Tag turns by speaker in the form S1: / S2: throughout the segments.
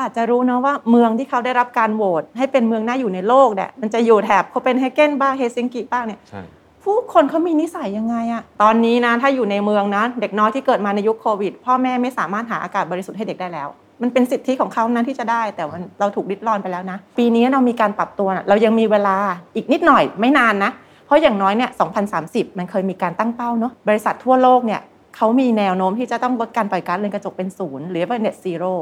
S1: อาจจะรู้เนอะว่าเมืองที่เขาได้รับการโหวตให้เป็นเมืองน่าอยู่ในโลกเนี่ยมันจะอยู่แถบโคเปนเฮเกนบ้างเฮลซิงกิบ้างเนี่ย
S2: ใช่
S1: ผู้คนเขามีนิสัยยังไงอะตอนนี้นะถ้าอยู่ในเมืองนะเด็กน้อยที่เกิดมาในยุคโควิด พ่อแม่ไม่สามารถหาอากาศบริสุทธิ์ให้เด็กได้แล้ว มันเป็นสิทธิของเขานั้นที่จะได้ แต่ว่าเราถูกริดรอนไปแล้วนะ ปีนี้เรามีการปรับตัวนะเรายังมีเวลาอีกนิดหน่อยไม่นานนะ เพราะอย่างน้อยเนี่ย 2030 มันเคยมีการตั้งเป้าเนาะบริษัททั่วโลกเนี่ยเขามีแนวโน้มที่จะต้องลดการปล่อยก๊าซเรือนกระจกเป็นศูนย์หรือว่า net zero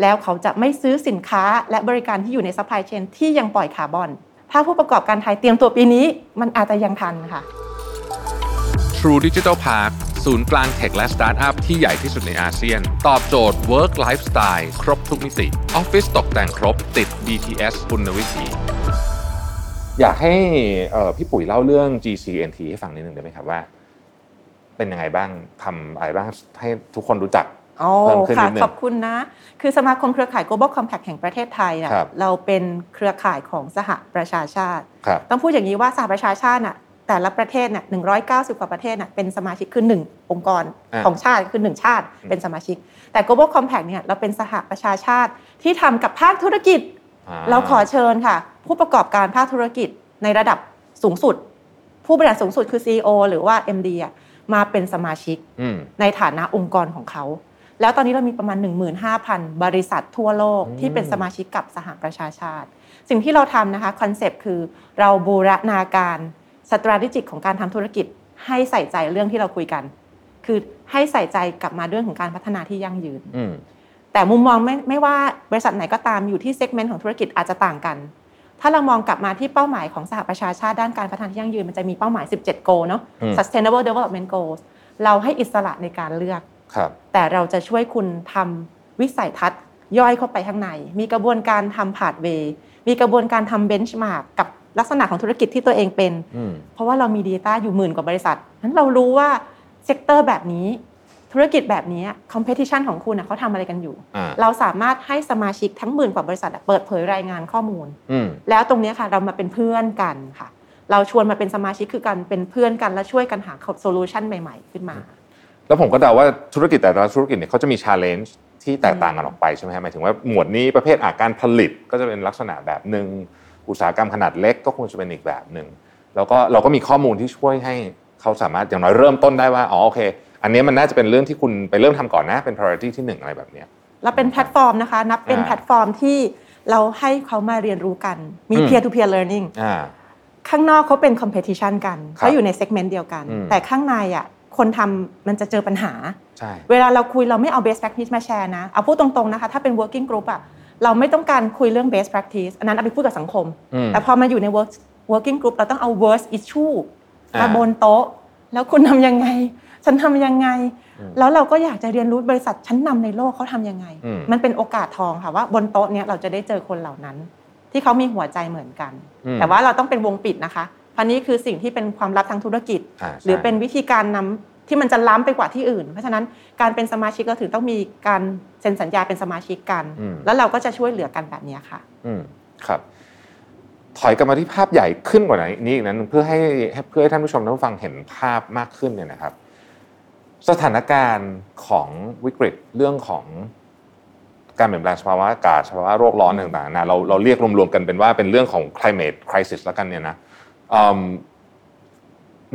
S1: แล้วเขาจะไม่ซื้อสินค้าและบริการที่อยู่ใน supply chain ที่ยังปล่อยคาร์บอน ถ้าผู้ประกอบการไทยเตรียมตัวปีนี้มันอาจจะยังทันค่ะ
S2: True Digital Park ศูนย์กลางเทคและสตาร์ทอัพที่ใหญ่ที่สุดในอาเซียน ตอบโจทย์ Work Lifestyle ครบทุกมิติออฟฟิศตกแต่งครบติด BTS ปุณณวิถี อยากให้เอ่อพี่ปุ๋ยเล่าเรื่อง GCNT ให้ฟังนิดนึงได้ไหมครับว่า เป็นยังไงบ้างทำอะไรบ้างให้ทุกคนรู้จัก
S1: โอ้
S2: เพิ่มขึ้น
S1: ค่ะ
S2: นิดหนึ่ง
S1: ขอบคุณนะ คือสมาคมเครือข่าย Global Compact แห่งประเทศไทยนะครับ เราเป็นเครือข่ายของสหประชาชาติ
S2: ครับ
S1: ต้องพูดอย่างนี้ว่าสหประชาชาติน่ะแต่ละประเทศน่ะ190 กว่าประเทศน่ะเป็นสมาชิกคือหนึ่งองค์กร
S2: อ่า
S1: ของชาติคือหนึ่งชาติ
S2: อืม
S1: เป็นสมาชิก แต่ Global Compact เนี่ยเราเป็นสหประชาชาติที่ทำกับภาคธุรกิจ
S2: อ่
S1: เราขอเชิญค่ะ ผู้ประกอบการภาคธุรกิจในระดับสูงสุด ผู้บริหารสูงสุดคือ CEO หรือว่า MD อ่ะมาเป็นสมาชิก
S2: อืม
S1: ในฐานะองค์กรของเขา แล้วตอนนี้เรามีประมาณ 15,000 บริษัททั่วโลก
S2: อืม
S1: ที่เป็นสมาชิกกับสหประชาชาติ สิ่งที่เราทำนะคะคอนเซปต์คือเราบูรณาการสตราทิจิกของการทำธุรกิจ ให้ใส่ใจเรื่องที่เราคุยกัน คือให้ใส่ใจกลับมาเรื่องของการพัฒนาที่ยั่งยืน
S2: อืม
S1: แต่มุมมองไม่ไม่ว่าบริษัทไหนก็ตามอยู่ที่เซกเมนต์ของธุรกิจอาจจะต่างกัน ถ้าเรามองกลับมาที่เป้าหมายของสหประชาชาติด้านการพัฒนาที่ยั่งยืน มันจะมีเป้าหมาย 17 goal เนาะ
S2: อืม
S1: sustainable development goals เราให้อิสระในการเลือก
S2: ครับ
S1: แต่เราจะช่วยคุณทำวิสัยทัศน์ ย่อยเข้าไปข้างใน มีกระบวนการทำ pathway มีกระบวนการทำ benchmark กับลักษณะของธุรกิจที่ตัวเองเป็น
S2: อืม
S1: เพราะว่าเรามี Data อยู่หมื่นกว่าบริษัทนั้นเรารู้ว่าเซกเตอร์แบบนี้ ธุรกิจแบบนี้ competition ของคุณน่ะเขาทำอะไรกันอยู่
S2: อ่า
S1: เราสามารถให้สมาชิกทั้งหมื่นกว่าบริษัทอะเปิดเผยรายงานข้อมูล
S2: อืม
S1: แล้วตรงเนี้ยค่ะเรามาเป็นเพื่อนกันค่ะ เราชวนมาเป็นสมาชิกคือกันเป็นเพื่อนกัน และช่วยกันหาโซลูชันใหม่ๆ ขึ้นมา
S2: แล้วผมก็เดาว่าธุรกิจแต่ละธุรกิจเนี่ยเขาจะมีชาเลนจ์ที่แตกต่างกันออกไปใช่ไหมฮะหมายถึงว่าหมวดนี้ประเภทอาการผลิตก็จะเป็นลักษณะแบบหนึ่งอุตสาหกรรมขนาดเล็กก็คงจะเป็นอีกแบบหนึ่งแล้วก็เราก็มีข้อมูลที่ช่วยให้เขาสามารถอย่างน้อยเริ่มต้นได้ว่าอ๋อโอเค อันเนี้ยมันน่าจะเป็นเรื่องที่คุณไปเริ่มทำก่อนนะเป็น priority ที่หนึ่งอะไรแบบเนี้ย
S1: เราเป็นแพลตฟอร์มนะคะ นับเป็น
S2: อ่า
S1: แพลตฟอร์มที่เราให้เขามาเรียนรู้กัน มี
S2: อืม
S1: peer to peer learning
S2: อ่า
S1: ข้างนอกเขาเป็น competition กัน
S2: ครับ
S1: เขาอยู่ใน segment เดียวกัน
S2: อืม
S1: แต่ข้างในอ่ะคนทำมันจะเจอปัญหา
S2: ใช่
S1: เวลาเราคุยเราไม่เอา best practice มาแชร์นะ เอาพูดตรงๆนะคะ ถ้าเป็น working group อะเราไม่ต้องการคุยเรื่อง best practice อันนั้นเอาไปพูดกับสังคม
S2: อืม
S1: แต่พอมาอยู่ใน work working group เราต้องเอา worst issue
S2: อ่าม
S1: มาบนโต๊ะ แล้วคุณทำยังไง ฉันทำยังไง
S2: อืม
S1: แล้วเราก็อยากจะเรียนรู้บริษัทชั้นนำในโลกเขาทำยังไง
S2: อืม
S1: มันเป็นโอกาสทองค่ะว่าบนโต๊ะเนี้ยเราจะได้เจอคนเหล่านั้น ที่เขามีหัวใจเหมือนกัน
S2: อืม
S1: แต่ว่าเราต้องเป็นวงปิดนะคะพันนี้คือสิ่งที่เป็นความลับทางธุรกิจ
S2: าใช่
S1: หรือเป็นวิธีการนำที่มันจะล้ำไปกว่าที่อื่น เพราะฉะนั้นการเป็นสมาชิกเราถึงต้องมีการเซ็นสัญญาเป็นสมาชิกกัน
S2: อืม
S1: แล้วเราก็จะช่วยเหลือกันแบบเนี้ยค่ะ
S2: อืมครับ ถอยกลับมาที่ภาพใหญ่ขึ้นกว่านี้อีกนั้นเพื่อให้ให้เพื่อให้ท่านผู้ชมท่านผู้ฟังเห็นภาพมากขึ้นเนี่ยนะครับ สถานการณ์ของวิกฤตเรื่องของการเปลี่ยนแปลงสภาวะอากาศสภาวะโรคร้อนต่างๆนะเราเราเรียกรวมๆกันเป็นว่าเป็นเรื่องของ climate crisis แล้วกันเนี่ยนะอืม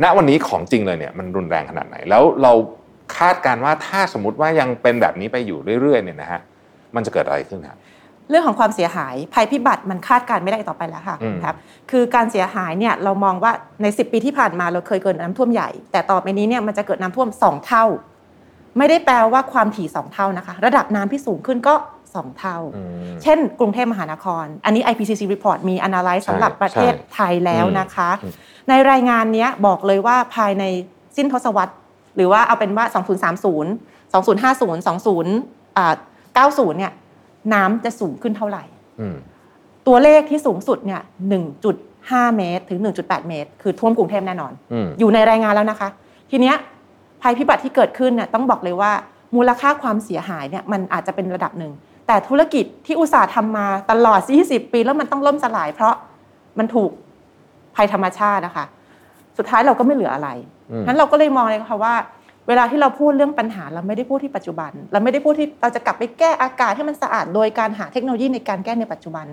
S2: ณวันนี้ของจริงเลยเนี่ยมันรุนแรงขนาดไหน แล้วเราคาดการณ์ว่าถ้าสมมติว่ายังเป็นแบบนี้ไปอยู่เรื่อยๆเนี่ยนะฮะมันจะเกิดอะไรขึ้นครับ
S1: เรื่องของความเสียหายภัยพิบัติมันคาดการณ์ไม่ได้อีกต่อไปแล้วค่ะ
S2: อืม
S1: ครับคือการเสียหายเนี่ยเรามองว่าใน 10 ปีที่ผ่านมาเราเคยเกิดน้ำท่วมใหญ่ แต่ต่อไปนี้เนี่ยมันจะเกิดน้ำท่วม 2 เท่า ไม่ได้แปลว่าความถี่ 2 เท่านะคะ ระดับน้ำที่สูงขึ้นก็ 2 เท่า
S2: อืม
S1: เช่น กรุงเทพมหานคร อันนี้ IPCC report มี analyze
S2: ใช่
S1: สำหรับประเทศไทยแล้วนะคะ
S2: อืม
S1: ในรายงานเนี้ยบอกเลยว่าภายในสิ้นทศวรรษ หรือว่าเอาเป็นว่า 2030 2050 20อ่า90เนี่ยน้ำจะสูงขึ้นเท่าไหร่
S2: อืม
S1: ตัวเลขที่สูงสุดเนี่ย1.5 เมตร ถึง 1.8 เมตร คือท่วมกรุงเทพแน่นอน
S2: อืม
S1: อยู่ในรายงานแล้วนะคะ ทีเนี้ยภัยพิบัติที่เกิดขึ้นเนี่ยต้องบอกเลยว่ามูลค่าความเสียหายเนี่ยมันอาจจะเป็นระดับหนึ่ง แต่ธุรกิจที่อุตสาห์ทำมาตลอด 20 ปีแล้วมันต้องล่มสลาย เพราะมันถูกภัยธรรมชาตินะคะ สุดท้ายเราก็ไม่เหลืออะไร
S2: อืม
S1: นั้นเราก็เลยมองเลยค่ะว่า เวลาที่เราพูดเรื่องปัญหาเราไม่ได้พูดที่ปัจจุบัน เราไม่ได้พูดที่เราจะกลับไปแก้อากาศให้มันสะอาดโดยการหาเทคโนโลยีในการแก้ในปัจจุบัน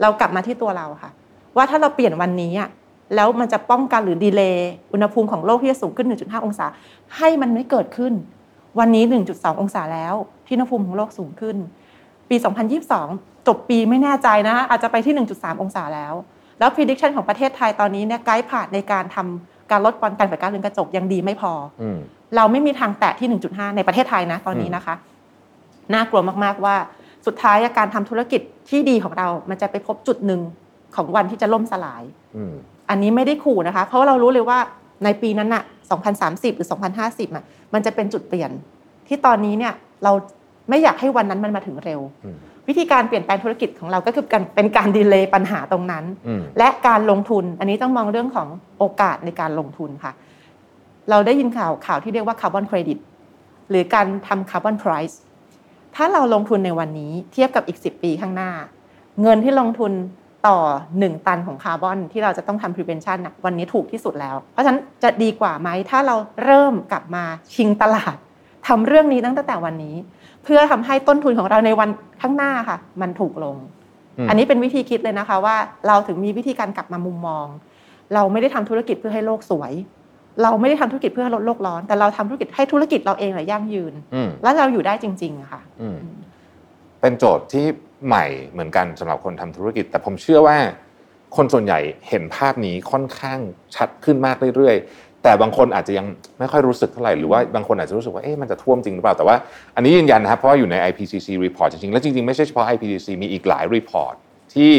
S1: เรากลับมาที่ตัวเราค่ะ ว่าถ้าเราเปลี่ยนวันนี้อะแล้วมันจะป้องกันหรือดีเลย์อุณหภูมิของโลกที่จะสูงขึ้น 1.5 องศา ให้มันไม่เกิดขึ้น วันนี้ 1.2 องศาแล้วที่อุณหภูมิของโลกสูงขึ้น ปี 2022 จบปีไม่แน่ใจนะ อาจจะไปที่ 1.3 องศาแล้ว แล้ว prediction ของประเทศไทยตอนนี้เนี่ยไกด์ผ่านในการทำการลดปอนการเปิดก๊าซเรือนกระจกยังดีไม่พอ
S2: อืม
S1: เราไม่มีทางแตะที่ 1.5 ในประเทศไทยนะตอนนี้นะคะ น่ากลัวมาก ๆ ว่าสุดท้ายอะการทำธุรกิจที่ดีของเรา มันจะไปพบจุดหนึ่งของวันที่จะล่มสลาย
S2: อืม
S1: อันนี้ไม่ได้ขู่นะคะ เพราะว่าเรารู้เลยว่าในปีนั้นน่ะ 2030 หรือ 2050อ่ะ มันจะเป็นจุดเปลี่ยน ที่ตอนนี้เนี่ยเราไม่อยากให้วันนั้นมันมาถึงเร็ว
S2: อืม
S1: วิธีการเปลี่ยนแปลงธุรกิจของเราก็คือการเป็นการดีเลย์ปัญหาตรงนั้น
S2: อืม
S1: และการลงทุนอันนี้ต้องมองเรื่องของโอกาสในการลงทุนค่ะ เราได้ยินข่าวข่าวที่เรียกว่าคาร์บอนเครดิตหรือการทำคาร์บอนไพรซ์ถ้าเราลงทุนในวันนี้เทียบกับอีก 10 ปีข้างหน้า เงินที่ลงทุนต่อ 1 ตันของคาร์บอนที่เราจะต้องทำ prevention นะวันนี้ถูกที่สุดแล้ว เพราะฉะนั้นจะดีกว่าไหมถ้าเราเริ่มกลับมาชิงตลาดทำเรื่องนี้ตั้งแต่วันนี้ เพื่อทำให้ต้นทุนของเราในวันข้างหน้าค่ะ มันถูกลง
S2: อืม
S1: อันนี้เป็นวิธีคิดเลยนะคะว่าเราถึงมีวิธีการกลับมามุมมอง เราไม่ได้ทำธุรกิจเพื่อให้โลกสวย เราไม่ได้ทำธุรกิจเพื่อให้ลดโลกร้อน แต่เราทำธุรกิจให้ธุรกิจเราเองแหละยั่งยืน
S2: อืม
S1: และเราอยู่ได้จริงๆอะค่ะ
S2: อืม เป็นโจทย์ที่ใหม่เหมือนกันสำหรับคนทำธุรกิจ แต่ผมเชื่อว่า คนส่วนใหญ่เห็นภาพนี้ค่อนข้างชัดขึ้นมากเรื่อยๆ แต่บางคนอาจจะยังไม่ค่อยรู้สึกเท่าไหร่หรือว่าบางคนอาจจะรู้สึกว่าเอ๊ะมันจะท่วมจริงหรือเปล่าแต่ว่าอันนี้ยืนยันนะครับเพราะว่าอยู่ใน IPCC report จริงๆ และจริงๆ ไม่ใช่เฉพาะ IPCC มีอีกหลาย report ที่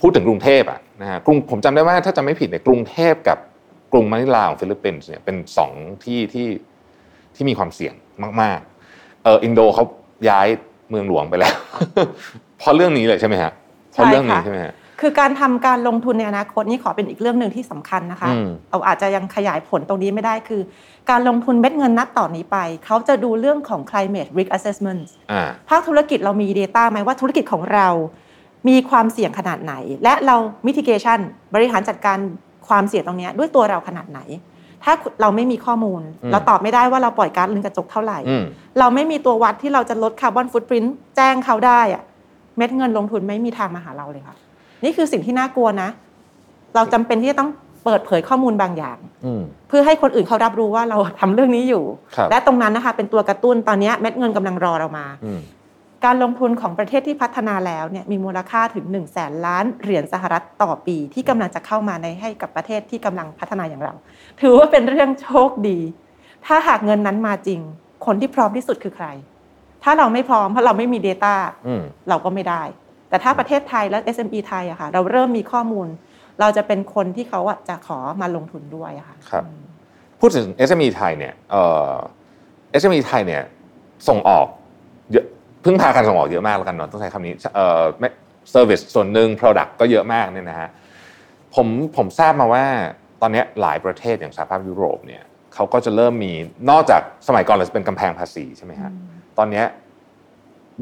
S2: พูดถึงกรุงเทพอะนะฮะกรุงผมจำได้ว่าถ้าจำไม่ผิดเนี่ยกรุงเทพกับกรุงมะนิลาของฟิลิปปินส์เนี่ยเป็นสองที่ที่ที่มีความเสี่ยงมาก ๆ เอออินโดเขาย้ายเมืองหลวงไปแล้ว เพราะเรื่องนี้เลยใช่ไหมฮะเพราะเรื่องนี้
S1: ใช่ค่ะ
S2: ใช่ไหมฮะ
S1: คือการทำการลงทุนในอนาคตนี่ขอเป็นอีกเรื่องหนึ่งที่สำคัญนะคะ
S2: อืม
S1: เราอาจจะยังขยายผลตรงนี้ไม่ได้คือ การลงทุนเม็ดเงินนัดต่อนนี้ไป เขาจะดูเรื่องของ climate risk assessment
S2: อ่า
S1: ภาคธุรกิจเรามี Data ไหมว่าธุรกิจของเรา มีความเสี่ยงขนาดไหน และเรา mitigation บริหารจัดการความเสี่ยงตรงเนี้ยด้วยตัวเราขนาดไหน ถ้าเราไม่มีข้อมูล
S2: อืม
S1: เราตอบไม่ได้ว่าเราปล่อยก๊าซเรือนกระจกเท่าไหร่
S2: อืม
S1: เราไม่มีตัววัดที่เราจะลดคาร์บอนฟุตปรินต์แจ้งเขาได้อะเม็ดเงินลงทุนไม่มีทางมาหาเราเลยค่ะ นี่คือสิ่งที่น่ากลัวนะ เราจำเป็นที่จะต้องเปิดเผยข้อมูลบางอย่าง
S2: อืม
S1: เพื่อให้คนอื่นเขารับรู้ว่าเราทำเรื่องนี้อยู่
S2: ครับ
S1: และตรงนั้นนะคะเป็นตัวกระตุ้นตอนเนี้ยเม็ดเงินกำลังรอเรามา
S2: อืม
S1: การลงทุนของประเทศที่พัฒนาแล้วเนี่ยมีมูลค่าถึง 1 0 0 0 0แสนล้านเหรียญสหรัฐต่อปีที่กำลังจะเข้ามาในให้กับประเทศที่กำลังพัฒนาอย่างเรา ถือว่าเป็นเรื่องโชคดี ถ้าหากเงินนั้นมาจริง คนที่พร้อมที่สุดคือใคร ถ้าเราไม่พร้อมเพราะเราไม่มี Data
S2: อืม
S1: เราก็ไม่ได้ แต่ถ้าประเทศไทยและ SME ไทยอะค่ะ เราเริ่มมีข้อมูล เราจะเป็นคนที่เขาอะจะขอมาลงทุนด้วยอะค่ะ
S2: ครับ พูดถึง SME ไทยเนี่ยเอ่อ SME ไทยเนี่ยส่งออกเยอะพึ่งพาการส่งออกเยอะมากแล้วกันเนาะต้องใช้คำนี้เอ่อไม่ service ส่วนหนึ่ง product ก็เยอะมากเนี่ยนะฮะผมผมทราบมาว่าตอนเนี้ยหลายประเทศอย่างสหภาพยุโรปเนี่ยเขาก็จะเริ่มมีนอกจากสมัยก่อนเราจะเป็นกำแพงภาษีใช่ไหมฮะ ตอนเนี้ย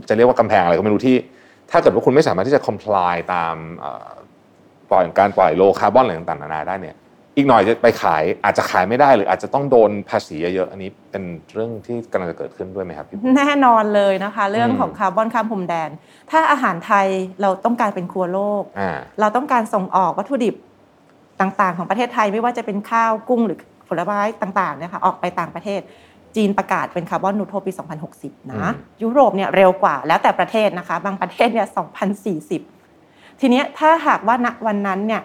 S2: จะเรียกว่ากำแพงอะไรก็ไม่รู้ที่ ถ้าเกิดว่าคุณไม่สามารถที่จะ comply ตามเอ่อปล่อยการปล่อยโลคาร์บอนอะไรต่างๆนานาได้เนี่ย อีกหน่อยจะไปขายอาจจะขายไม่ได้หรืออาจจะต้องโดนภาษีเยอะๆอันนี้เป็นเรื่องที่กำลังจะเกิดขึ้นด้วยไหมครับพี่
S1: แน่นอนเลยนะคะ เรื่องของ
S2: อืม
S1: คาร์บอนข้ามพรมแดน ถ้าอาหารไทยเราต้องการเป็นครัวโลก
S2: อ่า
S1: เราต้องการส่งออกวัตถุดิบต่างๆ ของประเทศไทยไม่ว่าจะเป็นข้าวกุ้งหรือผลไม้ต่างๆเนะคะออกไปต่างประเทศ จีนประกาศเป็นคาร์บอนนูโทรปี 2060
S2: อื
S1: นะ
S2: ม
S1: ยุโรปเนี่ยเร็วกว่าแล้วแต่ประเทศนะคะ บางประเทศเนี่ย 2040 ทีเนี้ยถ้าหากว่าณวันนั้นเนี่ย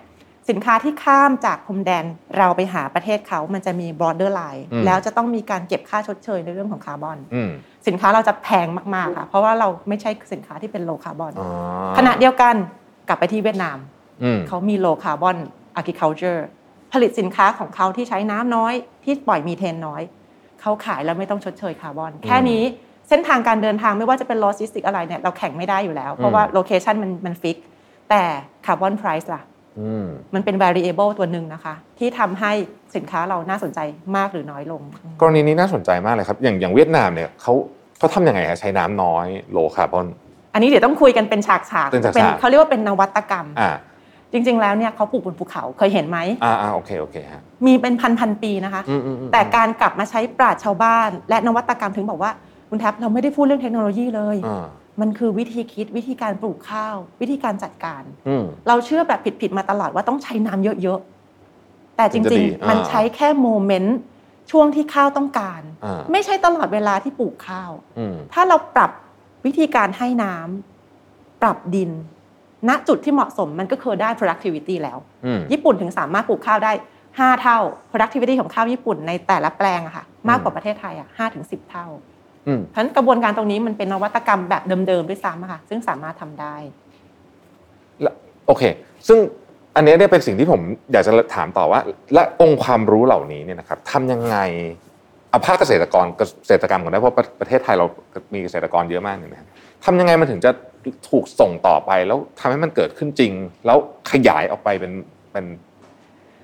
S1: สินค้าที่ข้ามจากพรมแดนเราไปหาประเทศเขามันจะมี border line
S2: อืม
S1: แล้วจะต้องมีการเก็บค่าชดเชยในเรื่องของคาร์บอน
S2: อืม
S1: สินค้าเราจะแพงมากๆค่ะเพราะว่าเราไม่ใช่สินค้าที่เป็นโลคาร์บอน
S2: อ๋อ
S1: ขณะเดียวกันกลับไปที่เวียดนาม
S2: อืม
S1: เขามี low carbon agriculture ผลิตสินค้าของเขาที่ใช้น้ำน้อย ที่ปล่อยมีเทนน้อย เขาขายแล้วไม่ต้องชดเชยคาร์บอน แค่นี้เส้นทางการเดินทางไม่ว่าจะเป็นโลจิสติกอะไรเนี่ยเราแข่งไม่ได้อยู่แล้ว เพราะว่าโลเคชันมันมันฟิก แต่คาร์บอน price ล่ะ
S2: อืม
S1: มันเป็น variable ตัวหนึ่งนะคะ ที่ทำให้สินค้าเราน่าสนใจมากหรือน้อยลง
S2: กรณีนี้น่าสนใจมากเลยครับ อย่างอย่างเวียดนามเนี่ยเขาเขาทำยังไงฮะใช้น้ำน้อยโลคาร์บอน
S1: อันนี้เดี๋ยวต้องคุยกันเป็นฉากๆ
S2: เป็นฉากๆ
S1: เขาเรียกว่าเป็นนวัตกรรม
S2: อ่า
S1: จริง ๆ แล้วเนี่ยเขาปลูกบนภูเขาเคยเห็นไหม
S2: อ่าอ่าโอเคโอเคฮะ
S1: มีเป็นพันพันๆปีนะคะ
S2: อืมอืมอืม
S1: แต่การกลับมาใช้ปราชญ์ชาวบ้าน และนวัตกรรมถึงบอกว่าคุณแท็บเราไม่ได้พูดเรื่องเทคโนโลยีเลย
S2: อ่า
S1: มันคือวิธีคิดวิธีการปลูกข้าว วิธีการจัดการ
S2: อืม
S1: เราเชื่อแบบผิดๆมาตลอดว่าต้องใช้น้ำเยอะๆ แต่จ
S2: ถึงจะ
S1: ริง
S2: ดี
S1: ๆ
S2: อ่ามั
S1: มันใช้แค่โมเมนต์ช่วงที่ข้าวต้องการ
S2: อ่า
S1: ไม่ใช่ตลอดเวลาที่ปลูกข้าว
S2: อืม
S1: ถ้าเราปรับวิธีการให้น้ำปรับดิน ณจุดที่เหมาะสมมันก็คือได้ productivity แล้ว
S2: อืม
S1: ญี่ปุ่นถึงสามารถปลูกข้าวได้ 5 เท่า productivity ของข้าวญี่ปุ่นในแต่ละแปลงอะค่ะ มากกว่าประเทศไทยอะห้าถึงสิบเท่า
S2: อืม
S1: เพราะฉะนั้นกระบวนการตรงนี้มันเป็นนวัตกรรมแบบเดิมๆด้วยซ้ำอะค่ะ ซึ่งสามารถทำได้
S2: โอเค ซึ่งอันเนี้ยเนี่ยเป็นสิ่งที่ผมอยากจะถามต่อว่า และองค์ความรู้เหล่านี้เนี่ยนะครับทำยังไงเอาภาคเกษตรกรเกษตรกรรมก่อนได้เพราะประประเทศไทยเรามีเกษตรกรเยอะมากเนี่ยนะครับทำยังไงมันถึงจะถูกส่งต่อไป แล้วทำให้มันเกิดขึ้นจริง แล้วขยายออกไปเป็นเป็น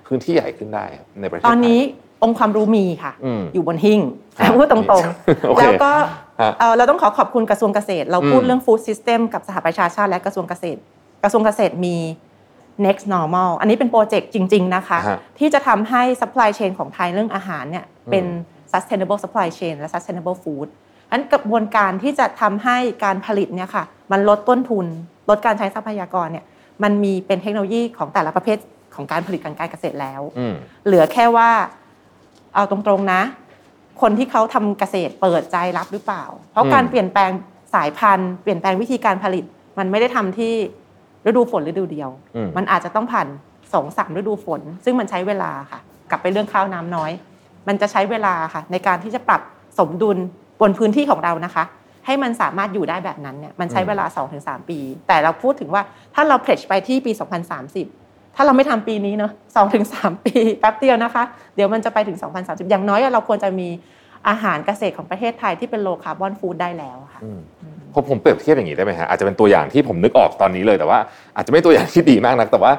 S2: พื้นที่ใหญ่ขึ้นได้ครับในประเท
S1: ต
S2: ศไทย
S1: อนนี้องค์ความรู้มีค่ะ
S2: อืม
S1: อยู่บนหิ้ง
S2: ครับ
S1: พูดตรง
S2: โอ
S1: ๆ
S2: เค
S1: แล้วก็
S2: ฮะ
S1: เอ่อเราต้องขอขอบคุณกระทรวงเกษตร เราพูด
S2: อืม
S1: เรื่อง Food System กับสหประชาชาติและกระทรวงเกษตร กระทรวงเกษตรมี next normal อันนี้เป็นโปรเจกต์จริง ๆ นะคะ
S2: ฮะ
S1: ที่จะทำให้ supply chain ของไทยเรื่องอาหารเนี่ยเป็น sustainable supply chain และ sustainable food อันกระบวนการที่จะทำให้การผลิตเนี่ยค่ะมันลดต้นทุน ลดการใช้ทรัพยากรเนี่ยมันมีเป็นเทคโนโลยีของแต่ละประเภทของการผลิตทางการเกษตรแล้ว
S2: อืม
S1: เหลือแค่ว่าเอาตรงๆนะ คนที่เขาทำเกษตรเปิดใจรับหรือเปล่า เพราะ
S2: อืม
S1: การเปลี่ยนแปลงสายพันธุ์ เปลี่ยนแปลงวิธีการผลิต มันไม่ได้ทำที่ฤดูฝนฤดูเดียว
S2: อืม
S1: มันอาจจะต้องผ่านสองสามฤดูฝน ซึ่งมันใช้เวลาค่ะ กลับไปเรื่องข้าวน้ำน้อย มันจะใช้เวลาค่ะ ในการที่จะปรับสมดุลบนพื้นที่ของเรานะคะ ให้มันสามารถอยู่ได้แบบนั้นเนี่ยมันใช้เวลา 2-3 ปี แต่เราพูดถึงว่าถ้าเราเพลชไปที่ปี 2030 ถ้าเราไม่ทำปีนี้เนาะ2-3 ปี แป๊บเดียวนะคะ เดี๋ยวมันจะไปถึง 2030 อย่างน้อยอะเราควรจะมีอาหารเกษตรของประเทศไทยที่เป็นโลคาร์บอนฟู้ดได้แล้วค่ะ
S2: อืมพอผมเปรียบเทียบอย่างนี้ได้ไหมฮะอาจจะเป็นตัวอย่างที่ผมนึกออกตอนนี้เลยแต่ว่า อาจจะไม่ตัวอย่างที่ดีมากนักแต่ว่า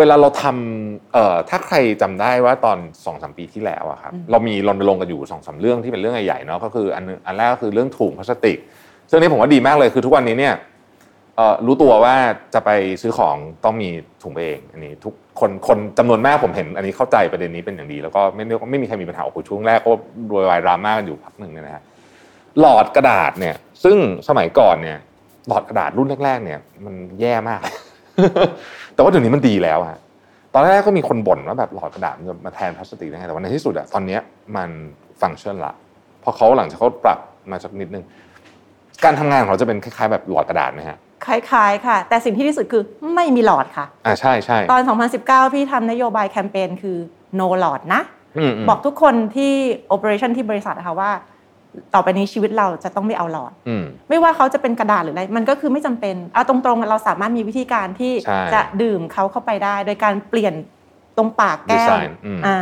S2: เวลาเราทำเอ่อถ้าใครจำได้ว่าตอน2อสปีที่แล้วอะครับ
S1: อืม
S2: เรามีรณรงค์กันอยู่2อสเรื่องที่เป็นเรื่องใหญ่ๆเนาะก็คืออันนึงอันแรกก็คือเรื่องถุงพลาสติก ซึ่งอันนี้ผมว่าดีมากเลยคือทุกวันนี้เนี่ยเอ่อรู้ตัวว่าจะไปซื้อของต้องมีถุงไปเอง อันนี้ทุกคนคนจำนวนมากผมเห็น อันนี้เข้าใจประเด็นนี้เป็นอย่างดี แล้วก็ไม่ไม่ไม่มีใครมีปัญหาโอ้โหช่วงแรกก็รวยวายดราม่ากันอยู่พักหนึ่งเนี่ยนะฮะหลอดกระดาษเนี่ย ซึ่งสมัยก่อนเนี่ยหลอดกระดาษรุ่นแรกๆ เนี่ยมันแย่มาก แต่ว่าเดี๋ยวนี้มันดีแล้วฮะตอนแรกก็มีคนบ่นว่าแบบหลอดกระดาษมันจะมาแทนพลาสติกได้ไงแต่ว่าในที่สุดอะตอนเนี้ยมันฟังก์ชันละเพอเขาหลังจากเขาปรับมาสักนิดนึง การทำงานของเราจะเป็นคล้ายๆแบบหลอดกระดาษไหมฮะ
S1: คล้ายๆค่ะ แต่สิ่งที่ที่สุดคือไม่มีหลอดค่ะ
S2: อ่าใช่ใช่
S1: ตอน 2019 พี่ทำนโยบายแคมเปญคือ no หลอดนะ
S2: มม
S1: บอกทุกคนที่ operation ที่บริษัทนะคะว่า ต่อไปนี้ชีวิตเราจะต้องไม่เอาหลอด
S2: อืม
S1: ไม่ว่าเขาจะเป็นกระดาษหรืออะไร มันก็คือไม่จำเป็นเอาตรงๆ เราสามารถมีวิธีการที่
S2: ใช่
S1: จะดื่มเขาเข้าไปได้ โดยการเปลี่ยนตรงปากแก้ว
S2: Design อืม
S1: อ่า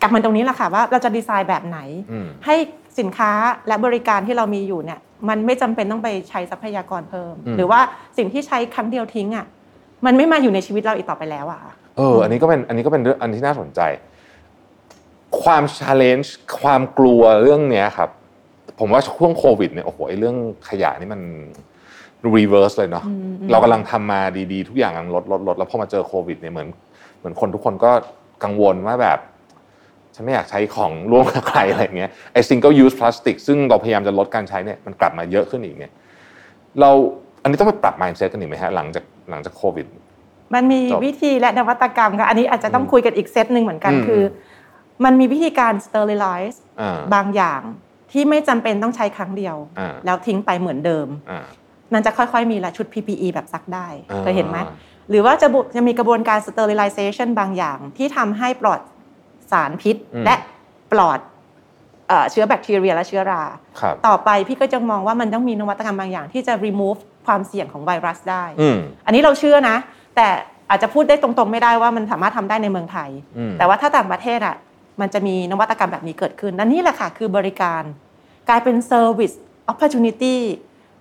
S1: กลับมาตรงนี้แหละค่ะว่าเราจะดีไซน์แบบไหน
S2: อืม
S1: ให้สินค้าและบริการที่เรามีอยู่เนี่ยมันไม่จำเป็นต้องไปใช้ทรัพยากรเพิ่ม หรือว่าสิ่งที่ใช้ครั้งเดียวทิ้งอ่ะมันไม่มาอยู่ในชีวิตเราอีกต่อไปแล้วอ่ะ
S2: เอออันนี้ก็เป็นอันนี้ก็เป็นเรื่องอันที่น่าสนใจ ความชาเลนจ์ความกลัวเรื่องเนี้ยครับ ผมว่าช่วงโควิดเนี่ยโอ้โหไอ้เรื่องขยะนี่มันรีเวิร์สเลยเนาะ
S1: อืมอืม
S2: เรากำลังทำมาดีๆ ทุกอย่างกำลังลดลดลดแล้วพอมาเจอโควิดเนี่ยเหมือน เหมือนคนทุกคนก็กังวลว่าแบบ ฉันไม่อยากใช้ของร่วมกับใครอะไรอย่างเงี้ยไอ้ single use plastic ซึ่งเราพยายามจะลดการใช้เนี่ยมันกลับมาเยอะขึ้นอีกเนี่ย เราอันนี้ต้องไปปรับ mindset กันอีกไหมฮะหลังจากหลังจากโควิด
S1: มันมี
S2: จบ
S1: วิธีและนวัตกรรมค่ะอันนี้อาจจะต้องคุยกันอีกเซตหนึ่งเหมือนกัน
S2: อืม
S1: คือ มันมีวิธีการ sterilize
S2: อ่า
S1: บางอย่างที่ไม่จำเป็นต้องใช้ครั้งเดียว
S2: อ่า
S1: แล้วทิ้งไปเหมือนเดิม
S2: อ่า
S1: มันจะค่อยๆมีละชุด PPE แบบซักได้
S2: อ่า
S1: เคยเห็นไหมหรือว่าจะบุจะมีกระบวนการ sterilization บางอย่างที่ทำให้ปลอดสารพิษ
S2: อืม
S1: และปลอดเอ่อเชื้อแบคทีเรียและเชื้อรา
S2: ครับ
S1: ต่อไปพี่ก็จะมองว่ามันต้องมีนวัตกรรมบางอย่าง ที่จะ remove ความเสี่ยงของไวรัสได้
S2: อืม
S1: อันนี้เราเชื่อนะ แต่อาจจะพูดได้ตรงๆไม่ได้ว่ามันสามารถทำได้ในเมืองไทย
S2: อืม
S1: แต่ว่าถ้าต่างประเทศอ่ะมันจะมีนวัตกรรมแบบนี้เกิดขึ้นนั่นนี่แหละค่ะ คือบริการ กลายเป็น Service Opportunity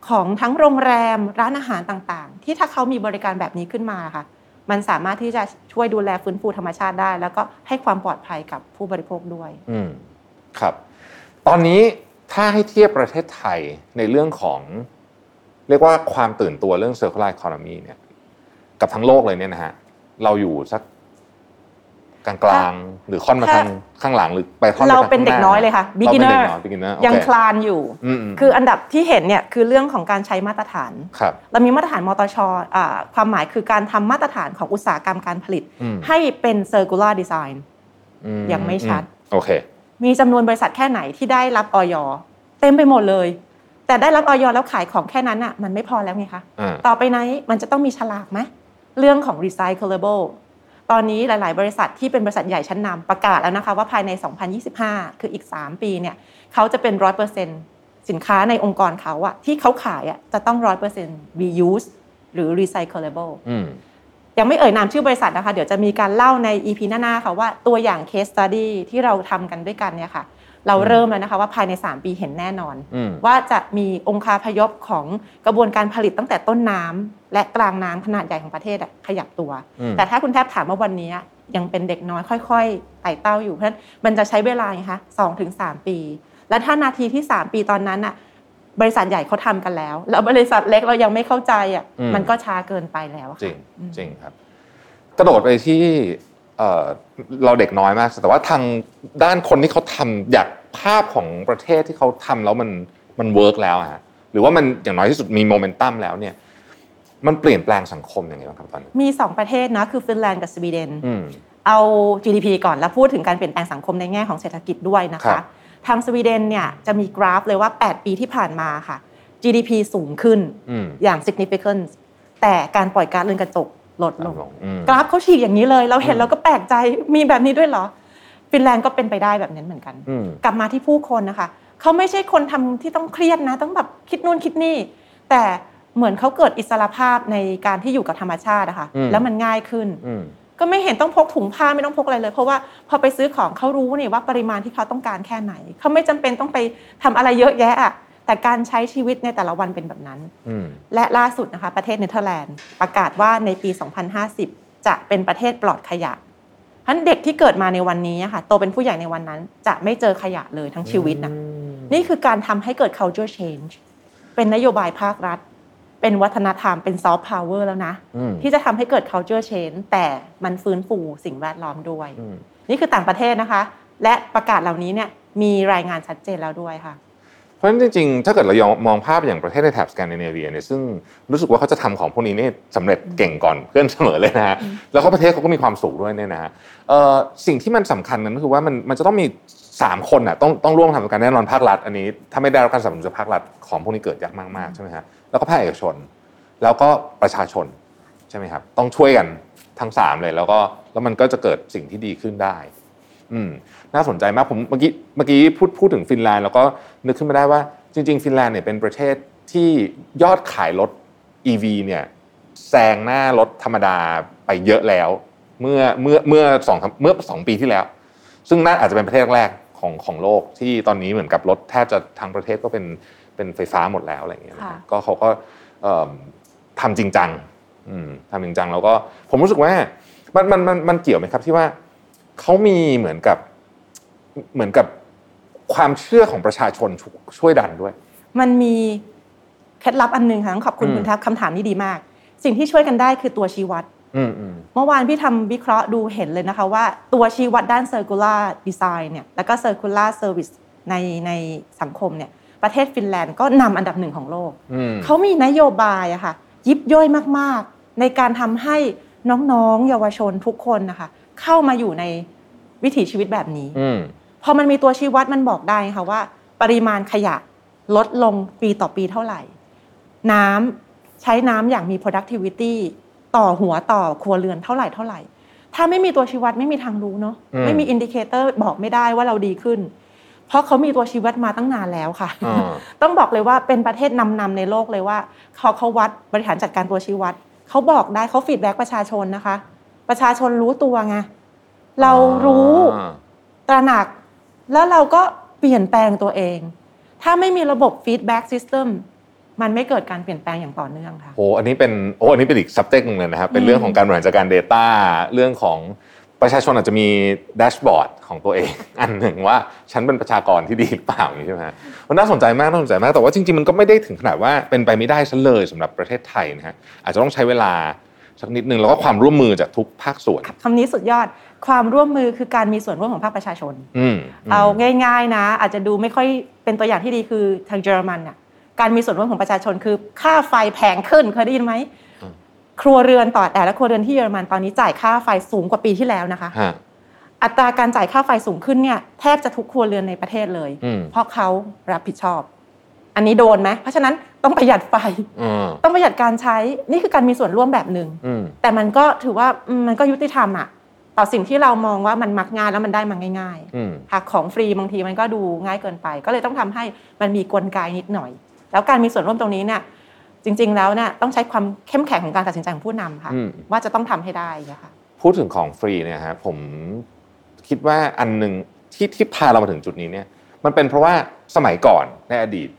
S1: ของทั้งโรงแรมร้านอาหารต่างๆ ที่ถ้าเขามีบริการแบบนี้ขึ้นมาค่ะ มันสามารถที่จะช่วยดูแลฟื้นฟูธรรมชาติได้ แล้วก็ให้ความปลอดภัยกับผู้บริโภคด้วย
S2: อืม ครับ ตอนนี้ถ้าให้เทียบประเทศไทยในเรื่องของ เรียกว่าความตื่นตัวเรื่อง circular economy เนี่ย กับทั้งโลกเลยเนี่ยนะฮะ เราอยู่สักกลางๆหรือค่อนมา
S1: ถ้า
S2: ทางข้างหลังหรือไปค่อน
S1: เรา
S2: ไทง
S1: เป็นเด็ก
S2: ข้างห
S1: น้อยเลยค่ะ
S2: เราเป็น
S1: beginner
S2: เด็กน้อย beginner
S1: ยัง
S2: โอเค
S1: คลานอยู่
S2: อืมๆ
S1: คืออันดับที่เห็นเนี่ยคือเรื่องของการใช้มาตรฐาน
S2: ครับ
S1: เรามีมาตรฐานมตชอ่าความหมายคือการทำมาตรฐานของอุตสาหกรรมการผลิต
S2: อืม
S1: ให้เป็น circular design
S2: ม
S1: ยังไม่ชัด
S2: โอเค
S1: มีจำนวนบริษัทแค่ไหนที่ได้รับออยเต็มไปหมดเลย แต่ได้รับออยแล้วขายของแค่นั้นอ่ะมันไม่พอแล้วไงคะ
S2: อ่า
S1: ต่อไปไหนมันจะต้องมีฉลากไหมเรื่องของ recyclable ตอนนี้หลาย ๆ บริษัทที่เป็นบริษัทใหญ่ชั้นนำประกาศแล้วนะคะว่าภายใน 2025 คืออีก 3 ปีเนี่ยเขาจะเป็น 100%สินค้าในองค์กรเขาอะที่เขาขายอะจะต้อง 100% reuse หรือ recyclable
S2: อืม
S1: ยังไม่เอ่ยนามชื่อบริษัทนะคะ เดี๋ยวจะมีการเล่าใน EP หน้า ๆ ค่ะว่าตัวอย่าง case study ที่เราทำกันด้วยกันเนี่ยค่ะ เราเริ่มแล้วนะคะว่าภายใน 3 ปีเห็นแน่นอน
S2: อืม
S1: ว่าจะมีองค์คาพยพของกระบวนการผลิตตั้งแต่ต้นน้ำและกลางน้ำขนาดใหญ่ของประเทศอะขยับตัว
S2: อืม
S1: แต่ถ้าคุณแทบถามว่าวันนี้ยังเป็นเด็กน้อยค่อยๆไต่เต้าอยู่เพราะฉะนั้นมันจะใช้เวลาไงคะสองถึงสามปี และถ้านาทีที่ 3 ปีตอนนั้นอะบริษัทใหญ่เขาทำกันแล้ว แล้วบริษัทเล็กเรายังไม่เข้าใจอะมันก็ช้าเกินไปแล้วอะ
S2: จริ
S1: ค่ะ
S2: งจริงครับ กระโดดไปที่เอ่อเราเด็กน้อยมาก แต่ว่าทางด้านคนที่เขาทำอยากภาพของประเทศที่เขาทำแล้วมันมันเวิร์กแล้วอะฮะหรือว่ามันอย่างน้อยที่สุดมีโมเมนตัมแล้วเนี่ย มันเปลี่ยนแปลงสังคมยังไงบ้างครับตอนนี้
S1: มี 2 ประเทศนะคือฟินแลนด์กับสวีเดน
S2: อืม
S1: เอา GDP ก่อนแล้วพูดถึงการเปลี่ยนแปลงสังคมในแง่ของเศรษฐกิจด้วยนะ
S2: ครั
S1: คะ
S2: บ
S1: ทางสวีเดนเนี่ยจะมีกราฟเลยว่า 8 ปีที่ผ่านมาค่ะ GDP สูงขึ้น
S2: อืม
S1: อย่าง significant แต่การปล่อยก๊าซเรือนกระจกลดลง
S2: ลงอืม
S1: กราฟเขาฉีกอย่างนี้เลย เราเห็
S2: อื
S1: น
S2: ม
S1: เราก็แปลกใจมีแบบนี้ด้วยเหรอ ฟินแลนด์ก็เป็นไปได้แบบนั้นเหมือนกัน
S2: อืม
S1: กลับมาที่ผู้คนนะคะ เขาไม่ใช่คนทำที่ต้องเครียดนะ ต้องแบบคิดนู่นคิดนี่ แต่เหมือนเขาเกิดอิสรภาพในการที่อยู่กับธรรมชาตินะคะ
S2: อืม
S1: แล้วมันง่ายขึ้น
S2: อืม
S1: ก็ไม่เห็นต้องพกถุงผ้าไม่ต้องพกอะไรเลย เพราะว่าพอไปซื้อของเขารู้นี่ว่าปริมาณที่เขาต้องการแค่ไหน เขาไม่จำเป็นต้องไปทำอะไรเยอะแยะอะแต่การใช้ชีวิตในแต่ละวันเป็นแบบนั้น
S2: อืม
S1: และล่าสุดนะคะประเทศเนเธอร์แลนด์ประกาศว่าในปี 2050 จะเป็นประเทศปลอดขยะเพราะฉะนั้นเด็กที่เกิดมาในวันนี้อะค่ะโตเป็นผู้ใหญ่ในวันนั้น จะไม่เจอขยะเลยทั้งชีวิตนะ นี่คือการทำให้เกิด culture change เป็นนโยบายภาครัฐ เป็นวัฒนธรรมเป็น soft power แล้วนะ
S2: อืม
S1: ที่จะทำให้เกิด culture change แต่มันฟื้นฟูสิ่งแวดล้อมด้วย
S2: อืม
S1: นี่คือต่างประเทศนะคะ และประกาศเหล่านี้เนี่ยมีรายงานชัดเจนแล้วด้วยค่ะ
S2: เพราะฉะนั้นจริงๆ ถ้าเกิดเรายองมองภาพอย่างประเทศในแถบสแกนดิเนเวียเนี่ยซึ่งรู้สึกว่าเขาจะทำของพวกนี้เนี่ยสำเร็จเก่งก่อนเพื่อนเสมอเลยนะฮะแล้วก็ประเทศเขาก็มีความสูงด้วยเนี่ยนะฮะเอ่อสิ่งที่มันสำคัญนั้นก็คือว่ามันมันจะต้องมี 3 คนอ่ะต้องต้องร่วมทำกันแน่นอนภาครัฐ อันนี้ ถ้าไม่ได้รับการสนับสนุนจากภาครัฐของพวกนี้เกิดยากมากๆใช่ไหมฮะแล้วก็ภาคเอกชน แล้วก็ประชาชนใช่ไหมครับต้องช่วยกันทั้งสามเลยแล้วก็แล้วมันก็จะเกิดสิ่งที่ดีขึ้นได้ อืมน่าสนใจมากผมเมื่อกี้เมื่อกี้พูดพูดถึงฟินแลนด์แล้วก็นึกขึ้นมาได้ว่าจริง ๆ ฟินแลนด์เนี่ยเป็นประเทศที่ยอดขายรถ EV เนี่ยแซงหน้ารถธรรมดาไปเยอะแล้ว เมื่อเมื่อเมื่อสองเมื่อสองปีที่แล้ว ซึ่งน่าอาจจะเป็นประเทศแรกของของโลกที่ตอนนี้เหมือนกับรถแทบจะทางประเทศก็เป็นเป็นไฟฟ้าหมดแล้วอะไรอย่างเงี้ยนะ
S1: ค่ะ
S2: ก็เขาก็เอิ่มทำจริงจังอืมทำจริงจังแล้วก็ผมรู้สึกว่ามันมันมันมันเกี่ยวไหมครับที่ว่า เขามีเหมือนกับเหมือนกับความเชื่อของประชาชนชช่วยดันด้วย
S1: มันมีเคล็ดลับอันหนึ่งค่ะต้องขอบคุณ
S2: อืม
S1: คุณแทบคำถามนี้ดีมาก สิ่งที่ช่วยกันได้คือตัวชี้วัด
S2: อืมอืม
S1: เมื่อวานพี่ทำวิเคราะห์ดูเห็นเลยนะคะว่าตัวชี้วัดด้าน circular design เนี่ยแล้วก็ circular service ในในสังคมเนี่ยประเทศฟินแลนด์ก็นำอันดับหนึ่งของโลก
S2: อืม
S1: เขามีนโยบายอะค่ะ ยิบย่อยมาก ๆ ในการทำให้น้องๆ เยาวชนทุกคนนะคะ เข้ามาอยู่ในวิถีชีวิตแบบนี้
S2: อืม
S1: พอมันมีตัวชี้วัดมันบอกได้ค่ะว่า ปริมาณขยะลดลงปีต่อปีเท่าไหร่ น้ำใช้น้ำอย่างมี productivity ต่อหัวต่อครัวเรือนเท่าไหร่เท่าไหร่ ถ้าไม่มีตัวชี้วัดไม่มีทางรู้เนาะ
S2: อืม
S1: ไม่มีอินดิเคเตอร์บอกไม่ได้ว่าเราดีขึ้น เพราะเขามีตัวชี้วัดมาตั้งนานแล้วค่ะ
S2: อ่า
S1: ต้องบอกเลยว่าเป็นประเทศนำนำในโลกเลยว่าเขาเขาวัดบริหารจัดการตัวชี้วัดเขาบอกได้เขาฟีดแบ็กประชาชนนะคะ ประชาชนรู้ตัวไงเรารู้
S2: อ่า
S1: ตระหนัก แล้วเราก็เปลี่ยนแปลงตัวเอง ถ้าไม่มีระบบฟีดแบ็กซิสเต็มมันไม่เกิดการเปลี่ยนแปลงอย่างต่อเนื่องค่ะ
S2: โหอันนี้เป็นโอ้อันนี้เป็นอีก subject หนึงเลยนะครับ เป็นเรื่องของการบริหารจัดการ Data เรื่องของประชาชนอาจจะมีแดชบอร์ดของตัวเอง อันหนึ่งว่าฉันเป็นประชากรที่ดีหรือเปล่าอย่างนี้ใช่ไหมฮะมันน่าสนใจมากน่าสนใจมากแต่ว่าจริงๆมันก็ไม่ได้ถึงขนาดว่าเป็นไปไม่ได้ซะเลยสำหรับประเทศไทยนะฮะอาจจะต้องใช้เวลา สักนิดหนึ่งแล้วก็ความร่วมมือจากทุกภาคส่วน
S1: คำนี้สุดยอดความร่วมมือคือการมีส่วนร่วมของภาคประชาชน
S2: อืมม
S1: เอาง่ายๆนะ อาจจะดูไม่ค่อยเป็นตัวอย่างที่ดีคือทางเยอรมันน่ะการมีส่วนร่วมของประชาชนคือค่าไฟแพงขึ้นเคยได้ยินไหม
S2: อืม
S1: ครัวเรือนต่อแต่ละครัวเรือนที่เยอรมันตอนนี้จ่ายค่าไฟสูงกว่าปีที่แล้วนะคะ
S2: ฮะ
S1: อัตราการจ่ายค่าไฟสูงขึ้นเนี่ยแทบจะทุกครัวเรือนในประเทศเลย
S2: อืม
S1: เพราะเขารับผิดชอบ อันนี้โดนไหมเพราะฉะนั้นต้องประหยัดไฟ
S2: อืม
S1: ต้องประหยัดการใช้นี่คือการมีส่วนร่วมแบบหนึ่ง
S2: อืม
S1: แต่มันก็ถือว่าอืมมันก็ยุติธรรมอะต่อสิ่งที่เรามองว่ามันมักง่ายแล้วมันได้มาง่าย
S2: อืม
S1: ๆหากของฟรีบางทีมันก็ดูง่ายเกินไป ก็เลยต้องทำให้มันมีกลไกนิดหน่อย แล้วการมีส่วนร่วมตรงนี้เนี่ยจริง ๆ แล้วเนี่ยต้องใช้ความเข้มแข็งของการตัดสินใจของผู้นำค่ะ
S2: อืม
S1: ว่าจะต้องทำให้ได้นะคะ
S2: พูดถึงของฟรีเนี่ยฮะผมคิดว่าอันหนึ่งที่ที่พาเรามาถึงจุดนี้เนี่ย มันเป็นเพราะว่าสมัยก่อนในอดีต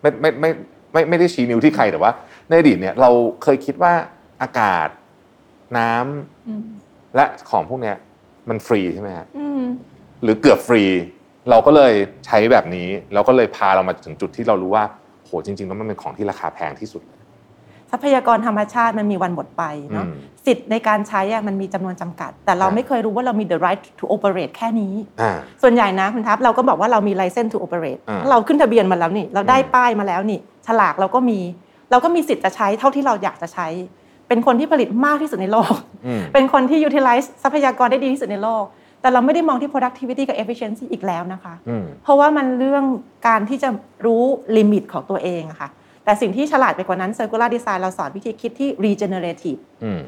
S2: ไม่ไม่ไม่ไม่ไม่ได้ชี้นิ้วที่ใครแต่ว่า ในอดีตเนี่ยเราเคยคิดว่าอากาศน้ำ
S1: อืม
S2: และของพวกเนี้ยมันฟรีใช่ไหมฮะ
S1: อืม
S2: หรือเกือบฟรี เราก็เลยใช้แบบนี้เราก็เลยพาเรามาถึงจุดที่เรารู้ว่าโหจริงๆแล้วมันเป็นของที่ราคาแพงที่สุดเลย
S1: ทรัพยากรธรรมชาติมันมีวันหมดไปเนาะ
S2: อืม
S1: สิทธิ์ในการใช้อะมันมีจำนวนจำกัด แต่เรา
S2: ครับ
S1: ไม่เคยรู้ว่าเรามี the right to operate แค่นี้
S2: อ่า
S1: ส่วนใหญ่นะคุณทัพเราก็บอกว่าเรามี license to operate
S2: อ่า
S1: เราขึ้นทะเบียนมาแล้วนี่ เราได้
S2: อืม
S1: ป้ายมาแล้วนี่ ฉลากเราก็มี เราก็มีสิทธิ์จะใช้เท่าที่เราอยากจะใช้ เป็นคนที่ผลิตมากที่สุดในโลก
S2: อืม
S1: เป็นคนที่ utilize ทรัพยากรได้ดีที่สุดในโลก แต่เราไม่ได้มองที่ productivity กับ efficiency อีกแล้วนะคะ
S2: อืม
S1: เพราะว่ามันเรื่องการที่จะรู้ลิมิตของตัวเองอะค่ะ แต่สิ่งที่ฉลาดไปกว่านั้น circular design เราสอนวิธีคิดที่ regenerative
S2: อืม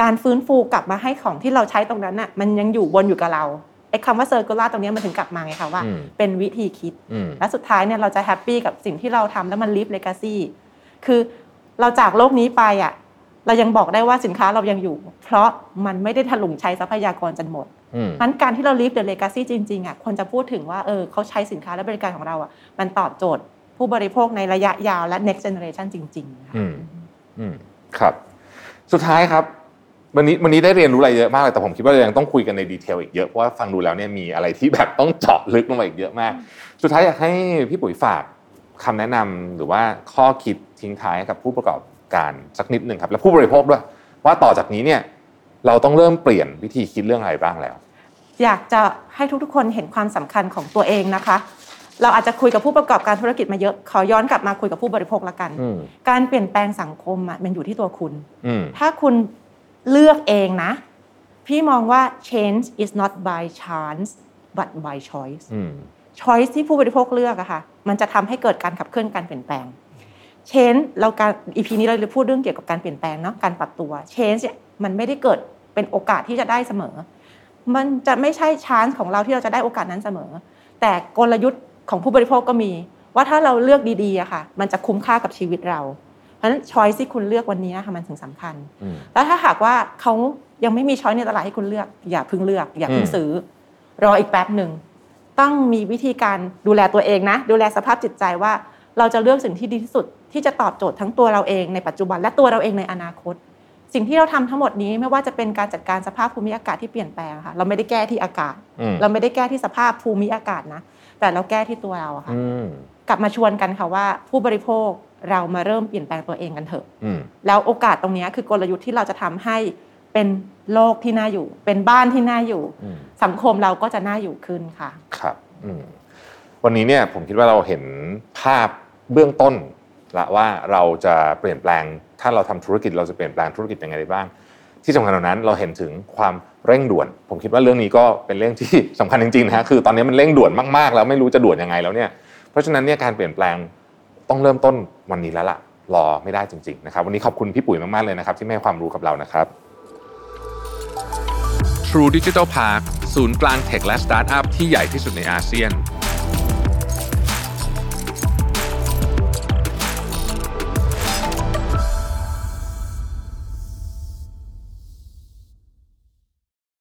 S1: การฟื้นฟูกลับมาให้ของที่เราใช้ตรงนั้นน่ะมันยังอยู่วนอยู่กับเราไอ้คำว่า circular ตรงเนี้ยมันถึงกลับมาไงคะว่า
S2: อืม
S1: เป็นวิธีคิด
S2: อืม
S1: และสุดท้ายเนี่ยเราจะแฮปปี้กับสิ่งที่เราทำแล้วมัน live legacy คือเราจากโลกนี้ไปอ่ะเรายังบอกได้ว่าสินค้าเรายังอยู่ เพราะมันไม่ได้ถลุงใช้ทรัพยากรจนหมด
S2: อืม
S1: เพราะฉะนั้นการที่เรา live the legacy จริงๆอ่ะควรจะพูดถึงว่าเออเขาใช้สินค้าและบริการของเราอ่ะมันตอบโจทย์ ผู้บริโภคในระยะยาวและ next generation จริงๆค่ะ
S2: อืม อืมครับ สุดท้ายครับ วันนี้วันนี้ได้เรียนรู้อะไรเยอะมากเลยแต่ผมคิดว่าเรายังต้องคุยกันในดีเทลอีกเยอะเพราะว่าฟังดูแล้วเนี่ยมีอะไรที่แบบต้องเจาะลึกลงไปอีกเยอะมาก สุดท้ายอยากให้พี่ปุ๋ยฝากคำแนะนำหรือว่าข้อคิดทิ้งท้ายให้กับผู้ประกอบการสักนิดหนึ่งครับ และผู้บริโภคด้วย ว่าต่อจากนี้เนี่ยเราต้องเริ่มเปลี่ยนวิธีคิดเรื่องอะไรบ้างแล้ว
S1: อยากจะให้ทุกๆ คนเห็นความสำคัญของตัวเองนะคะ เราอาจจะคุยกับผู้ประกอบการธุรกิจมาเยอะ ขอย้อนกลับมาคุยกับผู้บริโภคละกัน
S2: อืม
S1: การเปลี่ยนแปลงสังคมอะมันอยู่ที่ตัวคุณ
S2: อืม
S1: ถ้าคุณเลือกเองนะ พี่มองว่า change is not by chance but by choice
S2: อืม
S1: choice ที่ผู้บริโภคเลือกอะค่ะ มันจะทำให้เกิดการขับเคลื่อนการเปลี่ยนแปลง change เราการ EP นี้เราเลยพูดเรื่องเกี่ยวกับการเปลี่ยนแปลงเนาะ การปรับตัว change เนี่ยมันไม่ได้เกิดเป็นโอกาสที่จะได้เสมอ มันจะไม่ใช่ chance ของเราที่เราจะได้โอกาสนั้นเสมอ แต่กลยุทธ์ของผู้บริโภคก็มี ว่าถ้าเราเลือกดีๆอะค่ะ มันจะคุ้มค่ากับชีวิตเรา เพราะฉะนั้น choice ที่คุณเลือกวันนี้ค่ะมันถึงสำคัญ
S2: อืม
S1: แล้วถ้าหากว่าเขายังไม่มีช้อยในตลาดให้คุณเลือก อย่าเพึ่งเลือก อย่าเพึ่ง
S2: อืม
S1: ซื้อ รออีกแป๊บหนึ่ง ต้องมีวิธีการดูแลตัวเองนะ ดูแลสภาพจิตใจว่า เราจะเลือกสิ่งที่ดีที่สุด ที่จะตอบโจทย์ทั้งตัวเราเองในปัจจุบันและตัวเราเองในอนาคต สิ่งที่เราทำทั้งหมดนี้ไม่ว่าจะเป็นการจัดการสภาพภูมิอากาศที่เปลี่ยนแปลงค่ะเราไม่ได้แก้ที่อากาศ
S2: อืม
S1: เราไม่ได้แก้ที่สภาพภูมิอากาศนะ แต่เราแก้ที่ตัวเราอะค่ะ
S2: อืม
S1: กลับมาชวนกันค่ะว่า ผู้บริโภคเรามาเริ่มเปลี่ยนแปลงตัวเองกันเถอะ
S2: อืม
S1: แล้วโอกาสตรงเนี้ยคือกลยุทธ์ที่เราจะทำให้เป็นโลกที่น่าอยู่ เป็นบ้านที่น่าอยู่
S2: อืม
S1: สังคมเราก็จะน่าอยู่ขึ้นค่ะ
S2: ครับอืมวันนี้เนี่ยผมคิดว่าเราเห็นภาพเบื้องต้นละว่าเราจะเปลี่ยนแปลง ถ้าเราทำธุรกิจเราจะเปลี่ยนแปลงธุรกิจยังไงได้บ้าง ที่สำคัญกว่านั้นเราเห็นถึงความเร่งด่วน ผมคิดว่าเรื่องนี้ก็เป็นเรื่องที่ สำคัญจริงๆนะฮะคือตอนนี้มันเร่งด่วนมากๆ แล้วไม่รู้จะด่วนยังไงแล้วเนี่ยเพราะฉะนั้นเนี่ยการเปลี่ยนแปลงต้องเริ่มต้นวันนี้แล้วล่ะรอไม่ได้จริงๆนะครับวันนี้ขอบคุณพี่ปุ๋ยมากๆเลยนะครับที่ให้ความรู้กับเรานะครับ True Digital Park ศูนย์กลางเทคและสตาร์ทอัพที่ใหญ่ที่สุดในอาเซียน